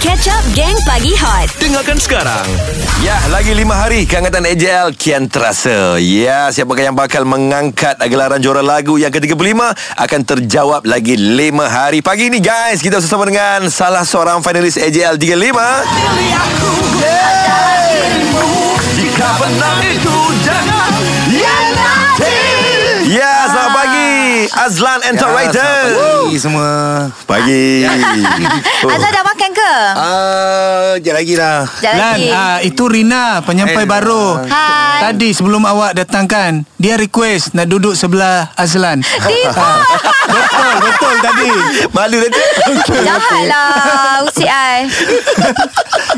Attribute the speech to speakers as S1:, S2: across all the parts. S1: Catch up Gang Pagi Hot
S2: Dengarkan sekarang. Ya, lagi lima hari kehangatan AJL kian terasa. Ya, siapakah yang bakal mengangkat gelaran juara lagu yang ke-35 akan terjawab lagi lima hari. Pagi ini guys, kita bersama dengan salah seorang finalis AJL 35. Jika benar itu jangan Ya, selamat pagi. Azlan Enterwriter.
S3: Pagi semua
S2: Pagi. Oh.
S1: Azlan dah makan ke?
S3: Ah, Sekejap lagi lah
S1: Sekejap
S4: Lan,
S1: lagi.
S4: ah, itu Rina penyampai
S3: Eh,
S4: baru.
S1: Hai.
S4: Tadi sebelum awak datangkan, dia request nak duduk sebelah Azlan. Ah, betul, betul tadi.
S2: Malu dah tu.
S1: Jahat lah Usik I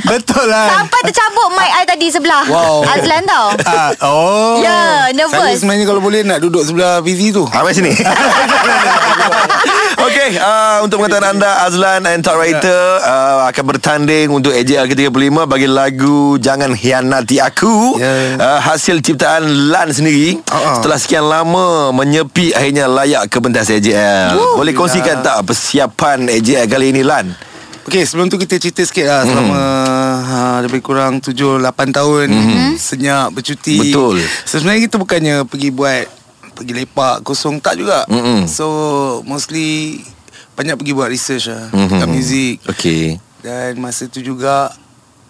S4: Betul lah.
S1: Sampai tercabut mic I tadi sebelah
S3: Wow.
S1: Azlan tau
S4: Ah, oh.
S1: Ya yeah,
S3: Saya
S1: nervous
S3: sebenarnya kalau boleh Nak duduk sebelah PZ tu
S2: Sampai sini Okey uh, Untuk pengetahuan anda Azlan and Talk Writer
S3: Ya.
S2: uh, Akan bertanding Untuk AJL ke-35 Bagi lagu Jangan Hianati Aku
S3: Ya. Uh-uh.
S2: uh, Hasil ciptaan Lan sendiri
S3: Ha-ha.
S2: Setelah sekian lama Menyepi Akhirnya layak ke pentas AJL Boleh kongsikan tak Persiapan AJL kali ini Lan
S3: Okay sebelum tu kita cerita sikit lah Selama ha, Lebih kurang 7-8 tahun Hmm. Senyap Bercuti
S2: Betul.
S3: so, Sebenarnya kita bukannya Pergi buat Pergi lepak Kosong tak juga
S2: Mm-mm.
S3: So Mostly Banyak pergi buat research lah
S2: Mm-hmm.
S3: Dekat muzik
S2: Okey
S3: Dan masa tu juga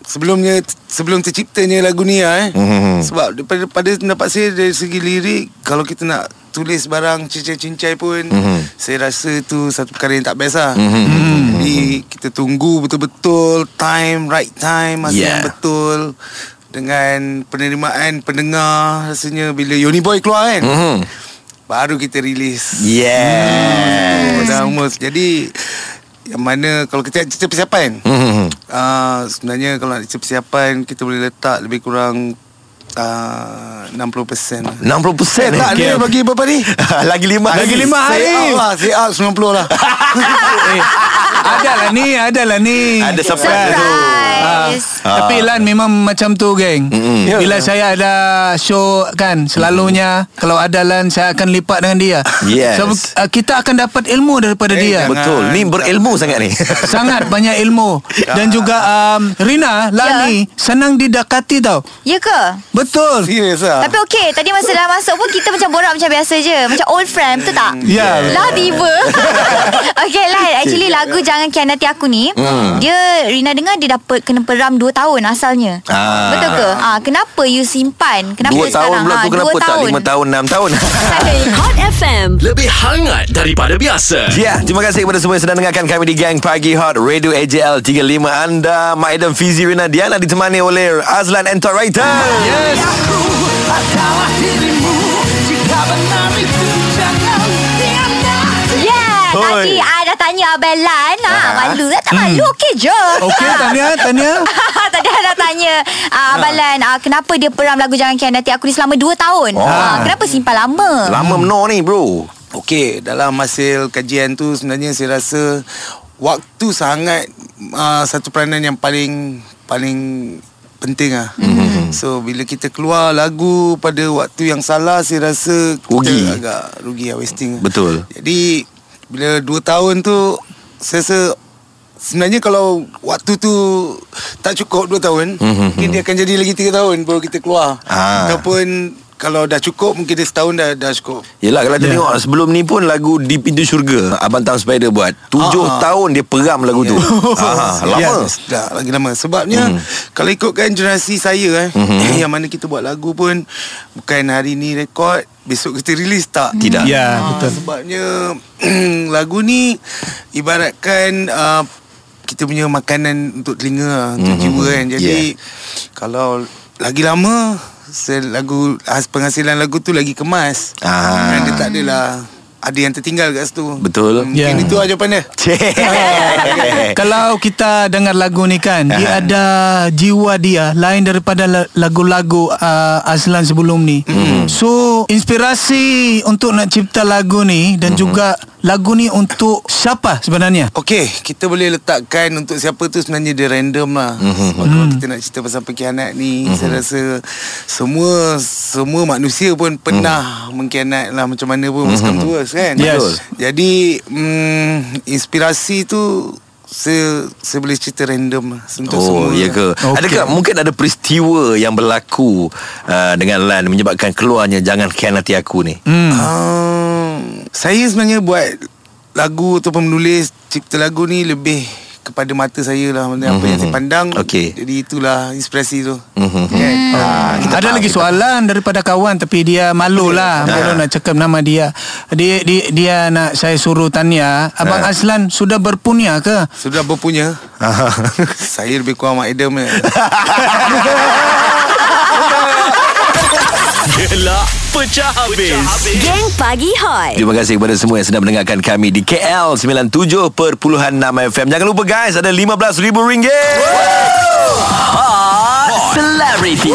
S3: Sebelumnya Sebelum terciptanya lagu ni lah eh
S2: Mhm.
S3: Sebab daripada, daripada pendapat saya Dari segi lirik Kalau kita nak tulis barang cincai-cincai pun
S2: Mhm.
S3: Saya rasa tu satu perkara yang tak best lah
S2: Mhm.
S3: Jadi kita tunggu betul-betul Time, right time Masa
S2: Yeah.
S3: yang betul Dengan penerimaan pendengar Rasanya bila Yoni Boy keluar kan
S2: Mhm.
S3: Baru kita release Oh,
S2: Yeah
S3: Dah almost Jadi Yang mana Kalau kita cerita persiapan
S2: Mhm.
S3: Uh, sebenarnya kalau nak cerita persiapan kita boleh letak lebih kurang uh, 60% lah.
S2: 60% eh?
S3: Tak ni bagi berapa ni?
S2: Lagi lima
S4: Lagi
S2: hari.
S4: lima hari.
S3: Say out lah Say out 90 lah
S4: Eh, ada lah ni, ada lah ni.
S2: Ada surprise tu
S4: Ah,
S1: Surprise
S4: Tapi Lan memang macam tu geng
S2: Mm-mm.
S3: Ya.
S4: Bila saya ada show kan Selalunya Kalau ada Lan Saya akan lipat dengan dia
S2: Yes.
S4: so, uh, Kita akan dapat ilmu daripada
S3: Eh,
S4: dia
S3: jangan.
S2: Betul Ni berilmu sangat ni
S4: Sangat banyak ilmu Dan juga um, Rina Lani Senang didekati tau
S1: Ya ke?
S4: Betul
S3: Serius lah
S1: Tapi okey Tadi masa dah masuk pun Kita macam borak macam biasa je Macam old friend Betul tak?
S4: Ya.
S2: Eh.
S1: Lah tiba Okay lah Actually lagu Jangan Kianati Aku ni
S2: Hmm.
S1: Dia Rina dengar Dia dapat kena peram 2 tahun asalnya
S2: Ah.
S1: Betul ke? Ah, kenapa you simpan? Kenapa
S2: Dua tahun
S1: sekarang?
S2: pula
S1: Ah,
S2: tu
S1: dua
S2: kenapa tak
S1: tahun.
S2: lima tahun enam tahun
S1: Hot FM
S5: Lebih hangat daripada biasa.
S2: Ya, terima kasih kepada semua yang sedang dengarkan kami di Gang Pagi Hot Radio AJL 35 anda Maidan Fizi Rina Diana ditemani oleh Azlan and Tok Writer. Yes.
S1: Yeah
S2: Hoi. Ah. Hmm.
S1: Tadi I dah tanya Abel Lan ha, Malu tak, tak malu Okey je
S2: Oh.
S4: Okey Tania Tania
S1: Tadi I dah tanya uh, Abang Lan uh, Kenapa dia peram lagu Jangan Kianati Aku ni selama 2 tahun
S2: Oh.
S1: Ah, Kenapa simpan lama
S2: Lama menor ni bro.
S3: Okey dalam hasil kajian tu Sebenarnya saya rasa Waktu sangat uh, Satu peranan yang paling Paling penting lah mm-hmm. So bila kita keluar lagu Pada waktu yang salah Saya rasa kita
S2: Rugi.
S3: agak rugi lah wasting lah.
S2: Betul.
S3: Jadi bila 2 tahun tu saya rasa sebenarnya kalau waktu tu tak cukup 2 tahun, mm-hmm. mungkin dia akan jadi lagi 3 tahun baru kita keluar.
S2: Hmm, Ah.
S3: Ataupun kalau dah cukup mungkin dia setahun dah dah cukup.
S2: Yelah kalau yeah. tengok sebelum ni pun lagu Di Pintu Syurga Abang Tam Spider buat Tujuh
S3: Ah.
S2: tahun dia peram lagu tu ah, Lama Hmm.
S3: Ya, dah lagi lama. Sebabnya mm. kalau ikutkan generasi saya eh mm-hmm. yang mana kita buat lagu pun bukan hari ni rekod, besok kita release tak?
S2: Tidak
S4: Ya
S3: Ah,
S4: betul
S3: Sebabnya lagu ni ibaratkan uh, kita punya makanan untuk telinga, lah, untuk mm-hmm. jiwa kan. Jadi
S2: Yeah.
S3: yeah. kalau lagi lama se- lagu has- penghasilan lagu tu lagi kemas.
S2: Ah.
S3: Dan dia tak adalah ada yang tertinggal kat situ.
S2: Betul.
S3: Mungkin yeah.
S4: Yeah.
S3: itu lah jawapan dia.
S2: Eh,
S4: Kalau kita dengar lagu ni kan Dia
S2: Aha.
S4: ada jiwa dia Lain daripada la- lagu-lagu uh, Azlan sebelum ni So inspirasi untuk nak cipta lagu ni Dan juga lagu ni untuk siapa sebenarnya?
S3: Okey, kita boleh letakkan untuk siapa tu sebenarnya dia random lah.
S2: Mhm,
S3: Mm-hmm. Sebab kalau kita nak cerita pasal pengkhianat ni, mm-hmm. saya rasa semua semua manusia pun
S2: Mhm.
S3: pernah mm. mengkhianat lah macam mana pun mm-hmm. tua kan.
S4: Yes. Betul.
S3: Jadi mm, inspirasi tu saya saya boleh cerita random lah untuk
S2: Oh,
S3: semua.
S2: ya ke? Okay.
S4: Okey.
S2: Adakah mungkin ada peristiwa yang berlaku uh, dengan Lan menyebabkan keluarnya jangan khianati aku ni?
S4: Hmm.
S3: Um, saya sebenarnya buat lagu ataupun menulis cipta lagu ni lebih kepada mata saya lah mm-hmm. apa yang saya pandang
S2: Okey.
S3: jadi itulah inspirasi tu
S2: Mhm.
S3: kan
S2: Ah,
S4: Ada
S2: kita faham,
S4: lagi
S2: kita
S4: soalan daripada kawan tapi dia malu lah malu nak cakap nama dia. Dia dia, dia nak saya suruh tanya, abang
S2: Ha.
S4: Azlan sudah berpunya ke?
S3: sudah berpunya saya lebih kurang Mak Adam ya.
S5: Gelak pecah habis.
S6: Geng Pagi Hot.
S2: Terima kasih kepada semua yang sedang mendengarkan kami di KL 97.6 FM. Jangan lupa guys, ada RM15,000.
S5: Celebrity.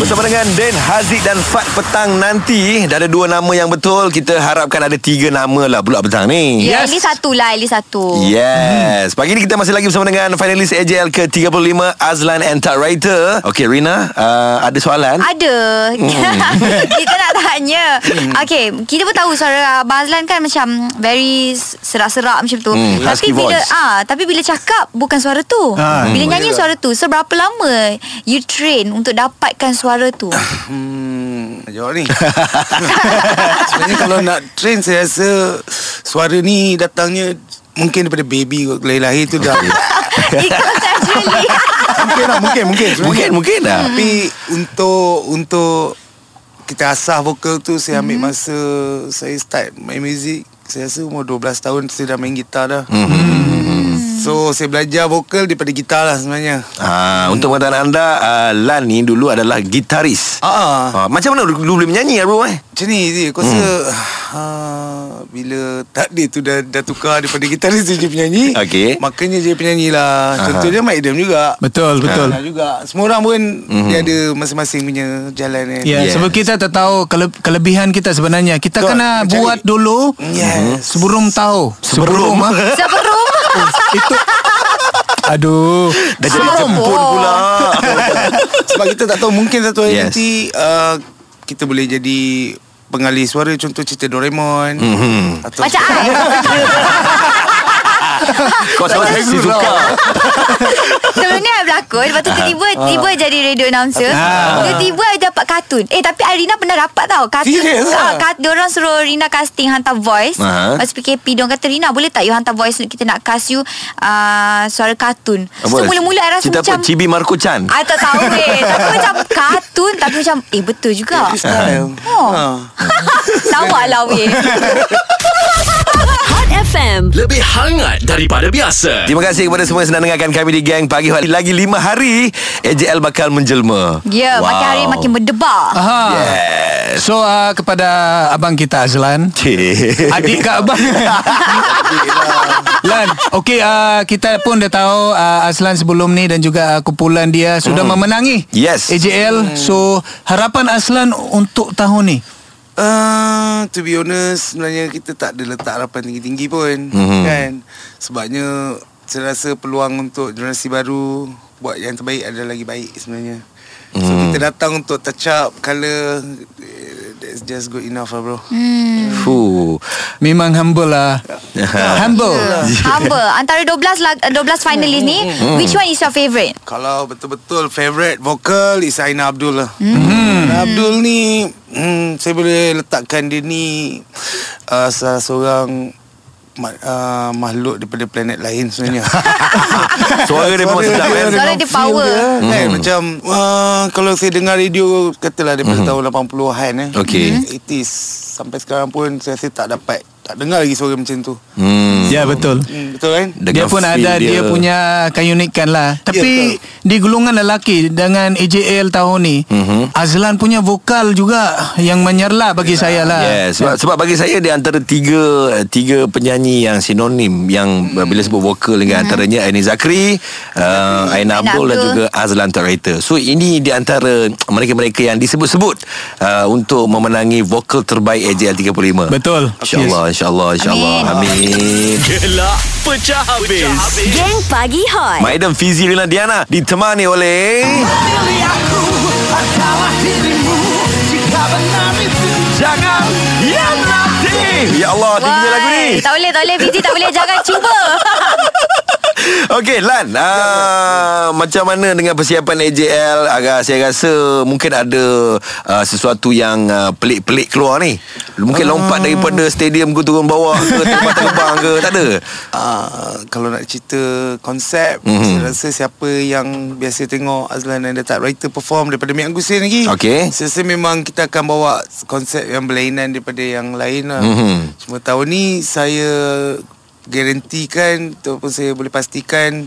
S2: Bersama dengan Dan Haziq dan Fat Petang nanti. Dah ada dua nama yang betul. Kita harapkan ada tiga nama lah pula petang ni.
S1: Ya, yes. Eli satu lah, Eli satu.
S2: Yes. Pagi ni kita masih lagi bersama dengan finalis AJL ke-35 Azlan and Tat Writer. Okey Rina, uh, ada soalan?
S1: Ada
S2: Hmm.
S1: Kita nak tanya Okay Kita pun tahu suara Abang Azlan kan macam Very serak-serak macam tu
S2: Hmm,
S1: Tapi
S2: husky
S1: bila
S2: voice. hmm.
S1: ah, Tapi bila cakap Bukan suara tu
S4: Ah.
S1: Bila nyanyi suara tu So berapa lama You train Untuk dapatkan suara tu
S3: hmm, jawab ni sebenarnya kalau nak train saya rasa suara ni datangnya mungkin daripada baby kot lahir-lahir tu dah
S1: Ikut naturally
S3: mungkin lah mungkin mungkin
S2: Mungkin, mungkin lah.
S3: Tapi untuk untuk kita asah vokal tu saya
S2: Mhm.
S3: ambil masa saya start main muzik saya rasa umur 12 tahun saya dah main gitar dah.
S2: Mhm.
S3: Hmm. So saya belajar vokal daripada gitar lah sebenarnya.
S2: Ah, untuk pengetahuan anda, uh, Lan ni dulu adalah gitaris.
S3: Ah, ah.
S2: Ah, Hmm. macam mana dulu boleh menyanyi Abang eh?
S3: Macam ni je Kau rasa ah, Bila takdir tu dah, dah tukar Daripada gitaris tu jadi penyanyi
S2: Okey.
S3: Makanya jadi penyanyi lah
S2: Aha.
S3: Contohnya Mike Dem juga
S4: Betul, betul.
S3: Nah, juga Semua orang pun
S2: Mhm.
S3: Dia ada masing-masing punya jalan kan
S4: Ya,
S2: Yes.
S4: yes. sebab kita tak tahu kele- kelebihan kita sebenarnya. Kita
S3: Betul,
S4: kena
S3: kita
S4: buat
S3: cari.
S4: dulu
S2: Mhm.
S3: Yes.
S4: sebelum tahu. Sebelum, ah.
S1: Sebelum
S4: itu Aduh,
S2: Dah jadi jemput
S3: Oh.
S2: pula.
S3: Sebab kita tak tahu Mungkin satu hari
S2: Yes.
S3: yes. nanti uh, Kita boleh jadi Pengalih suara Contoh cerita Doraemon
S2: Mhm.
S3: atau
S1: Macam I
S2: Kau sama saya suka.
S1: Sebelumnya I berlakon Lepas
S2: Ah.
S1: tu tiba-tiba Tiba jadi radio announcer Tiba-tiba I dapat kartun Eh tapi Irina pernah dapat tau Kartun
S3: Serious
S1: ah,
S3: ah?
S1: kat, Diorang suruh Rina casting Hantar voice
S2: Aha.
S1: Lepas PKP Diorang kata Rina boleh tak you hantar voice Kita nak cast you uh, Suara kartun So mula-mula I rasa
S2: Cerita
S1: macam
S2: apa? Cibi Marco Chan.
S1: I tak tahu eh Tapi macam kartun Tapi macam Eh betul juga
S3: Style.
S1: Oh.
S3: Ah.
S1: Lawak lah weh
S6: Hot FM.
S5: Lebih hangat daripada biasa.
S2: Terima kasih kepada semua yang sedang dengarkan kami di Gang Pagi Hot. Lagi 5 hari, AJL bakal menjelma.
S1: Ya yeah, makin hari makin
S2: Ah.
S1: berdebar
S4: Aha.
S2: Yes.
S4: So uh, kepada abang kita Azlan,
S2: Cik.
S4: adik kat abang. Lan, okey uh, kita pun dah tahu uh, Azlan sebelum ni dan juga uh, kumpulan dia sudah memenangi
S2: Yes.
S4: AJL. So harapan Azlan untuk tahun ni.
S3: Uh, to be honest Sebenarnya kita tak ada letak harapan tinggi-tinggi pun
S2: Mhm.
S3: Kan Sebabnya Saya rasa peluang untuk generasi baru Buat yang terbaik ada lagi baik sebenarnya So
S2: Mhm.
S3: kita datang untuk touch up Colour eh, That's just good enough lah bro
S2: Fuh.
S4: Memang humble lah. humble.
S1: Humble Antara 12 lag- 12 finalist
S2: Hmm,
S1: ni Which one is your favourite?
S3: Kalau betul-betul favorite vokal is Aina Abdul lah. Hmm. Aina Abdul ni hmm, saya boleh letakkan dia ni uh, salah seorang ma- uh, makhluk daripada planet lain sebenarnya.
S2: Suara dia memang sedap Hmm. kan?
S1: Suara
S3: dengan
S1: dia
S3: feel
S1: power.
S3: Dia, kan? Macam uh, kalau saya dengar radio katalah daripada
S2: Hmm.
S3: tahun 80-an eh.
S2: Okey.
S3: 80s sampai sekarang pun saya rasa tak dapat tak dengar lagi suara macam tu.
S2: Hmm.
S4: Ya betul.
S3: Hmm, betul kan?
S4: dia
S2: Dengan
S4: pun
S2: feel
S4: ada dia. dia punya keunikan lah. Tapi di golongan lelaki dengan AJL tahun ni,
S2: Mhm.
S4: Azlan punya vokal juga yang menyerlah bagi saya lah.
S2: Yes, sebab, sebab bagi saya dia antara tiga tiga penyanyi yang sinonim yang hmm. bila sebut vokal dengan hmm. antaranya Aini Zakri, uh, Aina Abdul dan
S1: Abdul.
S2: juga Azlan Taraita. So ini di antara mereka-mereka yang disebut-sebut uh, untuk memenangi vokal terbaik AJL 35.
S4: Betul.
S2: InsyaAllah, insyaAllah, insyaAllah. Amin.
S5: Gelak pecah habis.
S6: Geng Pagi Hot.
S2: Maidam Fizi Rina Diana ditemani oleh Jangan yang nanti Ya Allah tingginya lagu ni
S1: Tak boleh, tak boleh Fizi tak boleh Jangan cuba
S2: Okey Lan uh, Macam mana dengan persiapan AJL Agak saya rasa Mungkin ada uh, Sesuatu yang uh, Pelik-pelik keluar ni Mungkin lompat daripada Stadium ke turun bawah Ke tempat terbang ke Tak ada
S3: Uh, kalau nak cerita konsep
S2: Mhm.
S3: mm-hmm. Saya rasa siapa yang Biasa tengok Azlan and the Type Writer Perform Daripada Mian Gusin lagi
S2: Okey.
S3: Saya rasa memang kita akan bawa Konsep yang berlainan Daripada yang lain lah
S2: Mhm.
S3: Cuma tahun ni Saya Garantikan Ataupun saya boleh pastikan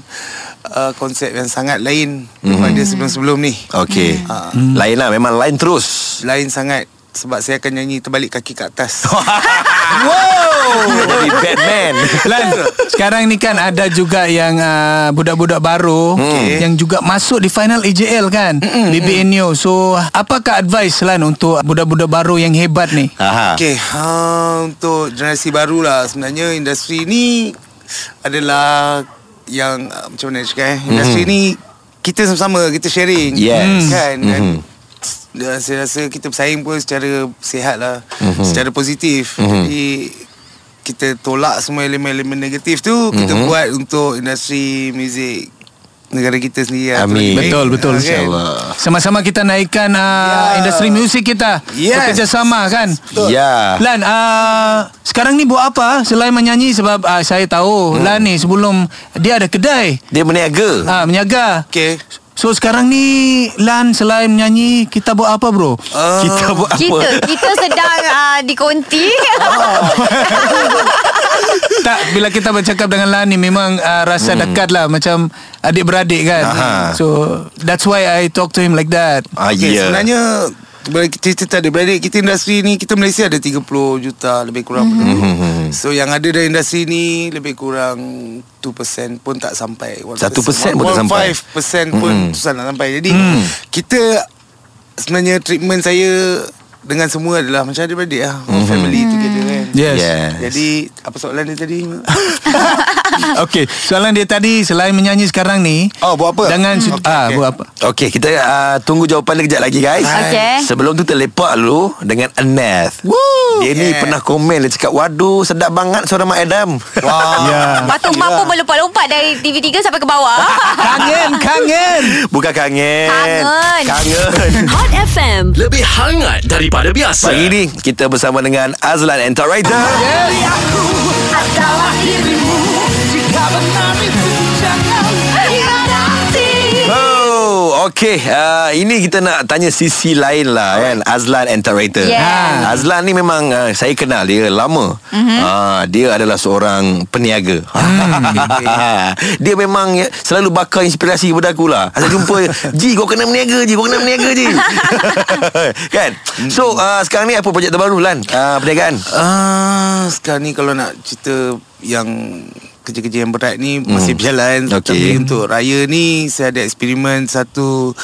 S3: uh, Konsep yang sangat lain Daripada
S2: Mhm.
S3: sebelum-sebelum ni
S2: Okey hmm. Lain lah Memang lain terus
S3: Lain sangat Sebab saya akan nyanyi Terbalik kaki ke atas
S2: Wow Jadi Batman
S4: Lan, sekarang ni kan ada juga yang uh, budak-budak baru
S2: Hmm.
S4: yang juga masuk di final AJL kan, BBN Neo. So, apakah advice Lan untuk budak-budak baru yang hebat ni?
S2: Aha.
S3: Okay, ha, untuk generasi baru lah sebenarnya industri ni adalah yang ah, macam mana nak cakap eh? Industri mm-hmm. ni kita sama-sama kita sharing
S2: Mhm. Yes.
S3: kan
S2: Mhm.
S3: dan dan saya rasa kita bersaing pun secara sihat lah
S2: Mhm.
S3: mm-hmm. secara positif mm-hmm. jadi kita tolak semua elemen-elemen negatif tu mm-hmm.
S2: Mhm.
S3: kita buat untuk industri muzik negara kita sendiri lah. Tu
S2: Amin.
S3: lebih baik.
S4: Betul, betul.
S3: Ah, kan?
S2: InsyaAllah
S4: Sama-sama kita naikkan uh,
S3: Ya.
S4: industri muzik kita.
S3: Yes.
S4: Bekerjasama kan?
S2: Ya
S4: Lan, uh, sekarang ni buat apa selain menyanyi sebab uh, saya tahu hmm. Lan ni sebelum dia ada kedai
S2: Dia berniaga
S4: uh, menyaga.
S3: Okay.
S4: So sekarang ni Lan selain menyanyi kita buat apa bro?
S3: Ah.
S2: Kita buat apa
S1: Kita kita sedang uh, dikonti.
S4: tak bila kita bercakap dengan Lan ni memang uh, rasa hmm. dekat lah macam adik-beradik kan.
S2: Aha.
S4: So that's why I talk to him like that.
S2: Ah, ya.
S3: Okay, yeah. Sebenarnya bila kita cerita tadi beradik kita industri ni kita Malaysia ada 30 juta lebih
S2: Mhm.
S3: kurang mm-hmm. penduduk. So yang ada dari industri ni lebih kurang 2% pun tak sampai. 1%,
S2: 1% pun tak sampai. Mhm.
S3: 1.5% pun
S2: Mm-mm.
S3: mm-hmm. susah nak sampai. Jadi mm. kita sebenarnya treatment saya dengan semua adalah macam adik-beradik lah. Mm-hmm. Family together kan.
S4: Yes.
S2: Mhm. Yes.
S3: Jadi apa soalan dia tadi?
S4: Okay. Soalan dia tadi selain menyanyi sekarang ni
S3: oh buat apa?
S4: dengan hmm. okay, ah okay. buat apa?
S2: Okey, kita uh, tunggu jawapan dia kejap lagi guys.
S1: Okey.
S2: Sebelum tu terlepak dulu dengan Aneth. Woo! Dia ni
S3: Yeah.
S2: pernah komen dia cakap, "Waduh, sedap banget suara Mak Adam."
S3: Wow.
S4: Ya.
S2: Ah,
S1: Lepas tu mak pun melompat-lompat dari TV3 sampai ke bawah.
S4: Kangen, kangen.
S2: Bukan kangen.
S1: Kangen.
S2: Kangen.
S6: Hot FM.
S5: Lebih hangat daripada biasa.
S2: Pagi ni kita bersama dengan Azlan and Tok Writer. Oh, okey. Uh, ini kita nak tanya sisi lain lah kan. Azlan and Tok Writer.
S1: Yeah.
S4: Ha.
S2: Azlan ni memang uh, saya kenal dia lama. Mm-hmm. Uh, dia adalah seorang peniaga. dia memang ya, selalu bakar inspirasi kepada aku lah. Asal jumpa, Ji kau kena meniaga Ji, kau kena meniaga Ji. kan? So uh, sekarang ni apa projek terbaru Lan? Uh, perniagaan?
S3: Ah, sekarang ni kalau nak cerita yang kerja-kerja yang berat ni hmm. masih berjalan
S2: Okey.
S3: tapi untuk raya ni saya ada eksperimen satu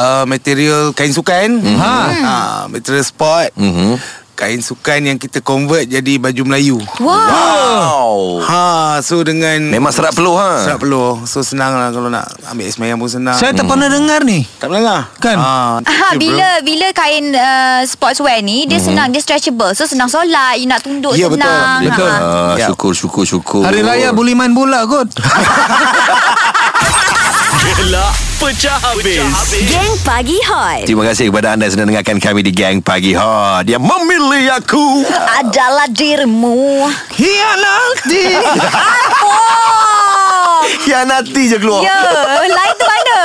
S3: uh, material kain sukan hmm. ha uh, material sport
S2: Mhm.
S3: hmm. kain sukan yang kita convert jadi baju Melayu
S1: Wow.
S2: Wow.
S3: ha so dengan
S2: Memang serap peluh ha.
S3: serap peluh so senang lah kalau nak ambil semayang pun senang
S4: Saya tak pernah dengar ni.
S3: tak melanggar
S4: Kan?
S3: ah,
S1: Ha,
S3: okay, bro.
S1: bila bila kain uh, sportswear ni dia senang dia stretchable so senang solat you nak tunduk
S3: Ya, betul.
S1: senang
S2: Mhm. Betul.
S1: Ha.
S2: Ah,
S3: Ya.
S2: syukur syukur syukur.
S4: Hari Raya boleh main bola kot.
S5: Gelak pecah habis.
S6: Geng Pagi Hot.
S2: Terima kasih kepada anda yang sedang dengarkan kami di Gang Pagi Hot. Dia memilih aku.
S1: adalah Ah, dirimu
S4: Hianati.
S1: oh
S2: Hianati je keluar.
S1: ya lain tu mana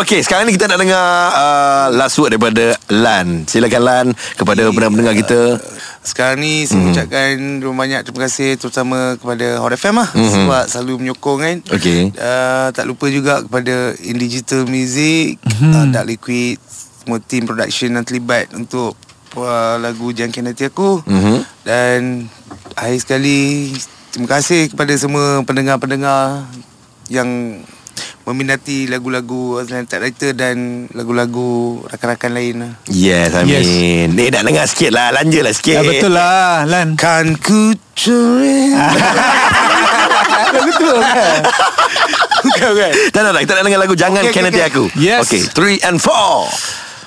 S2: Okey, sekarang ni kita nak dengar uh, last word daripada Lan. Silakan Lan kepada yeah. pendengar kita.
S3: Sekarang ni saya mm. ucapkan Terima banyak terima kasih Terutama kepada Hot FM lah mm-hmm. Sebab selalu menyokong kan
S2: Okey.
S3: uh, Tak lupa juga kepada In Digital Music mm-hmm. uh, Dark Liquid Semua team production yang terlibat Untuk uh, lagu Jangkin Hati Aku mm-hmm. Dan akhir sekali Terima kasih kepada semua pendengar-pendengar Yang meminati lagu-lagu Azlan Tak Writer Dan lagu-lagu rakan-rakan lain lah
S2: Yes, Amin. Yes.
S4: Yes.
S2: Ni nak dengar sikit lah. Lanja lah
S4: ya
S2: sikit.
S4: betul lah Lan.
S3: Kan ku curi Lagu tu kan Bukan bukan
S2: Tak nak, kita nak dengar lagu Jangan okay,
S3: Okey,
S2: Kennedy
S3: okey,
S2: Aku.
S4: Yes.
S2: Okay, three and four.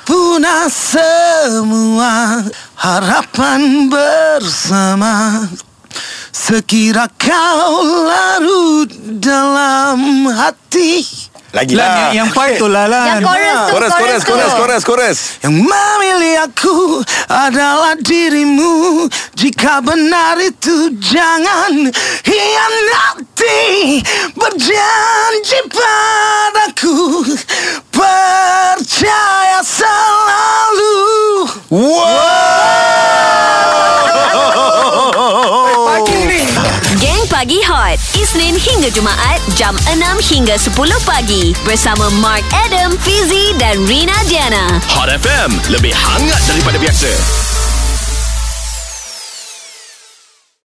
S3: Punah semua harapan bersama Sekira kau larut dalam hati
S2: Lagi
S4: Lan,
S2: lah.
S4: yang, yang part tu lah
S1: Yang
S4: Lan
S1: chorus tu
S2: Chorus, chorus,
S1: tu.
S2: chorus, chorus, chorus.
S3: Yang memilih aku adalah dirimu Jika benar itu jangan hianati Berjanji padaku Percaya selalu
S2: Wow.
S6: Geng Pagi Hot Isnin hingga Jumaat Jam 6 hingga 10 pagi Bersama Mark Adam Fizi dan Rina Diana
S5: Hot FM Lebih hangat daripada biasa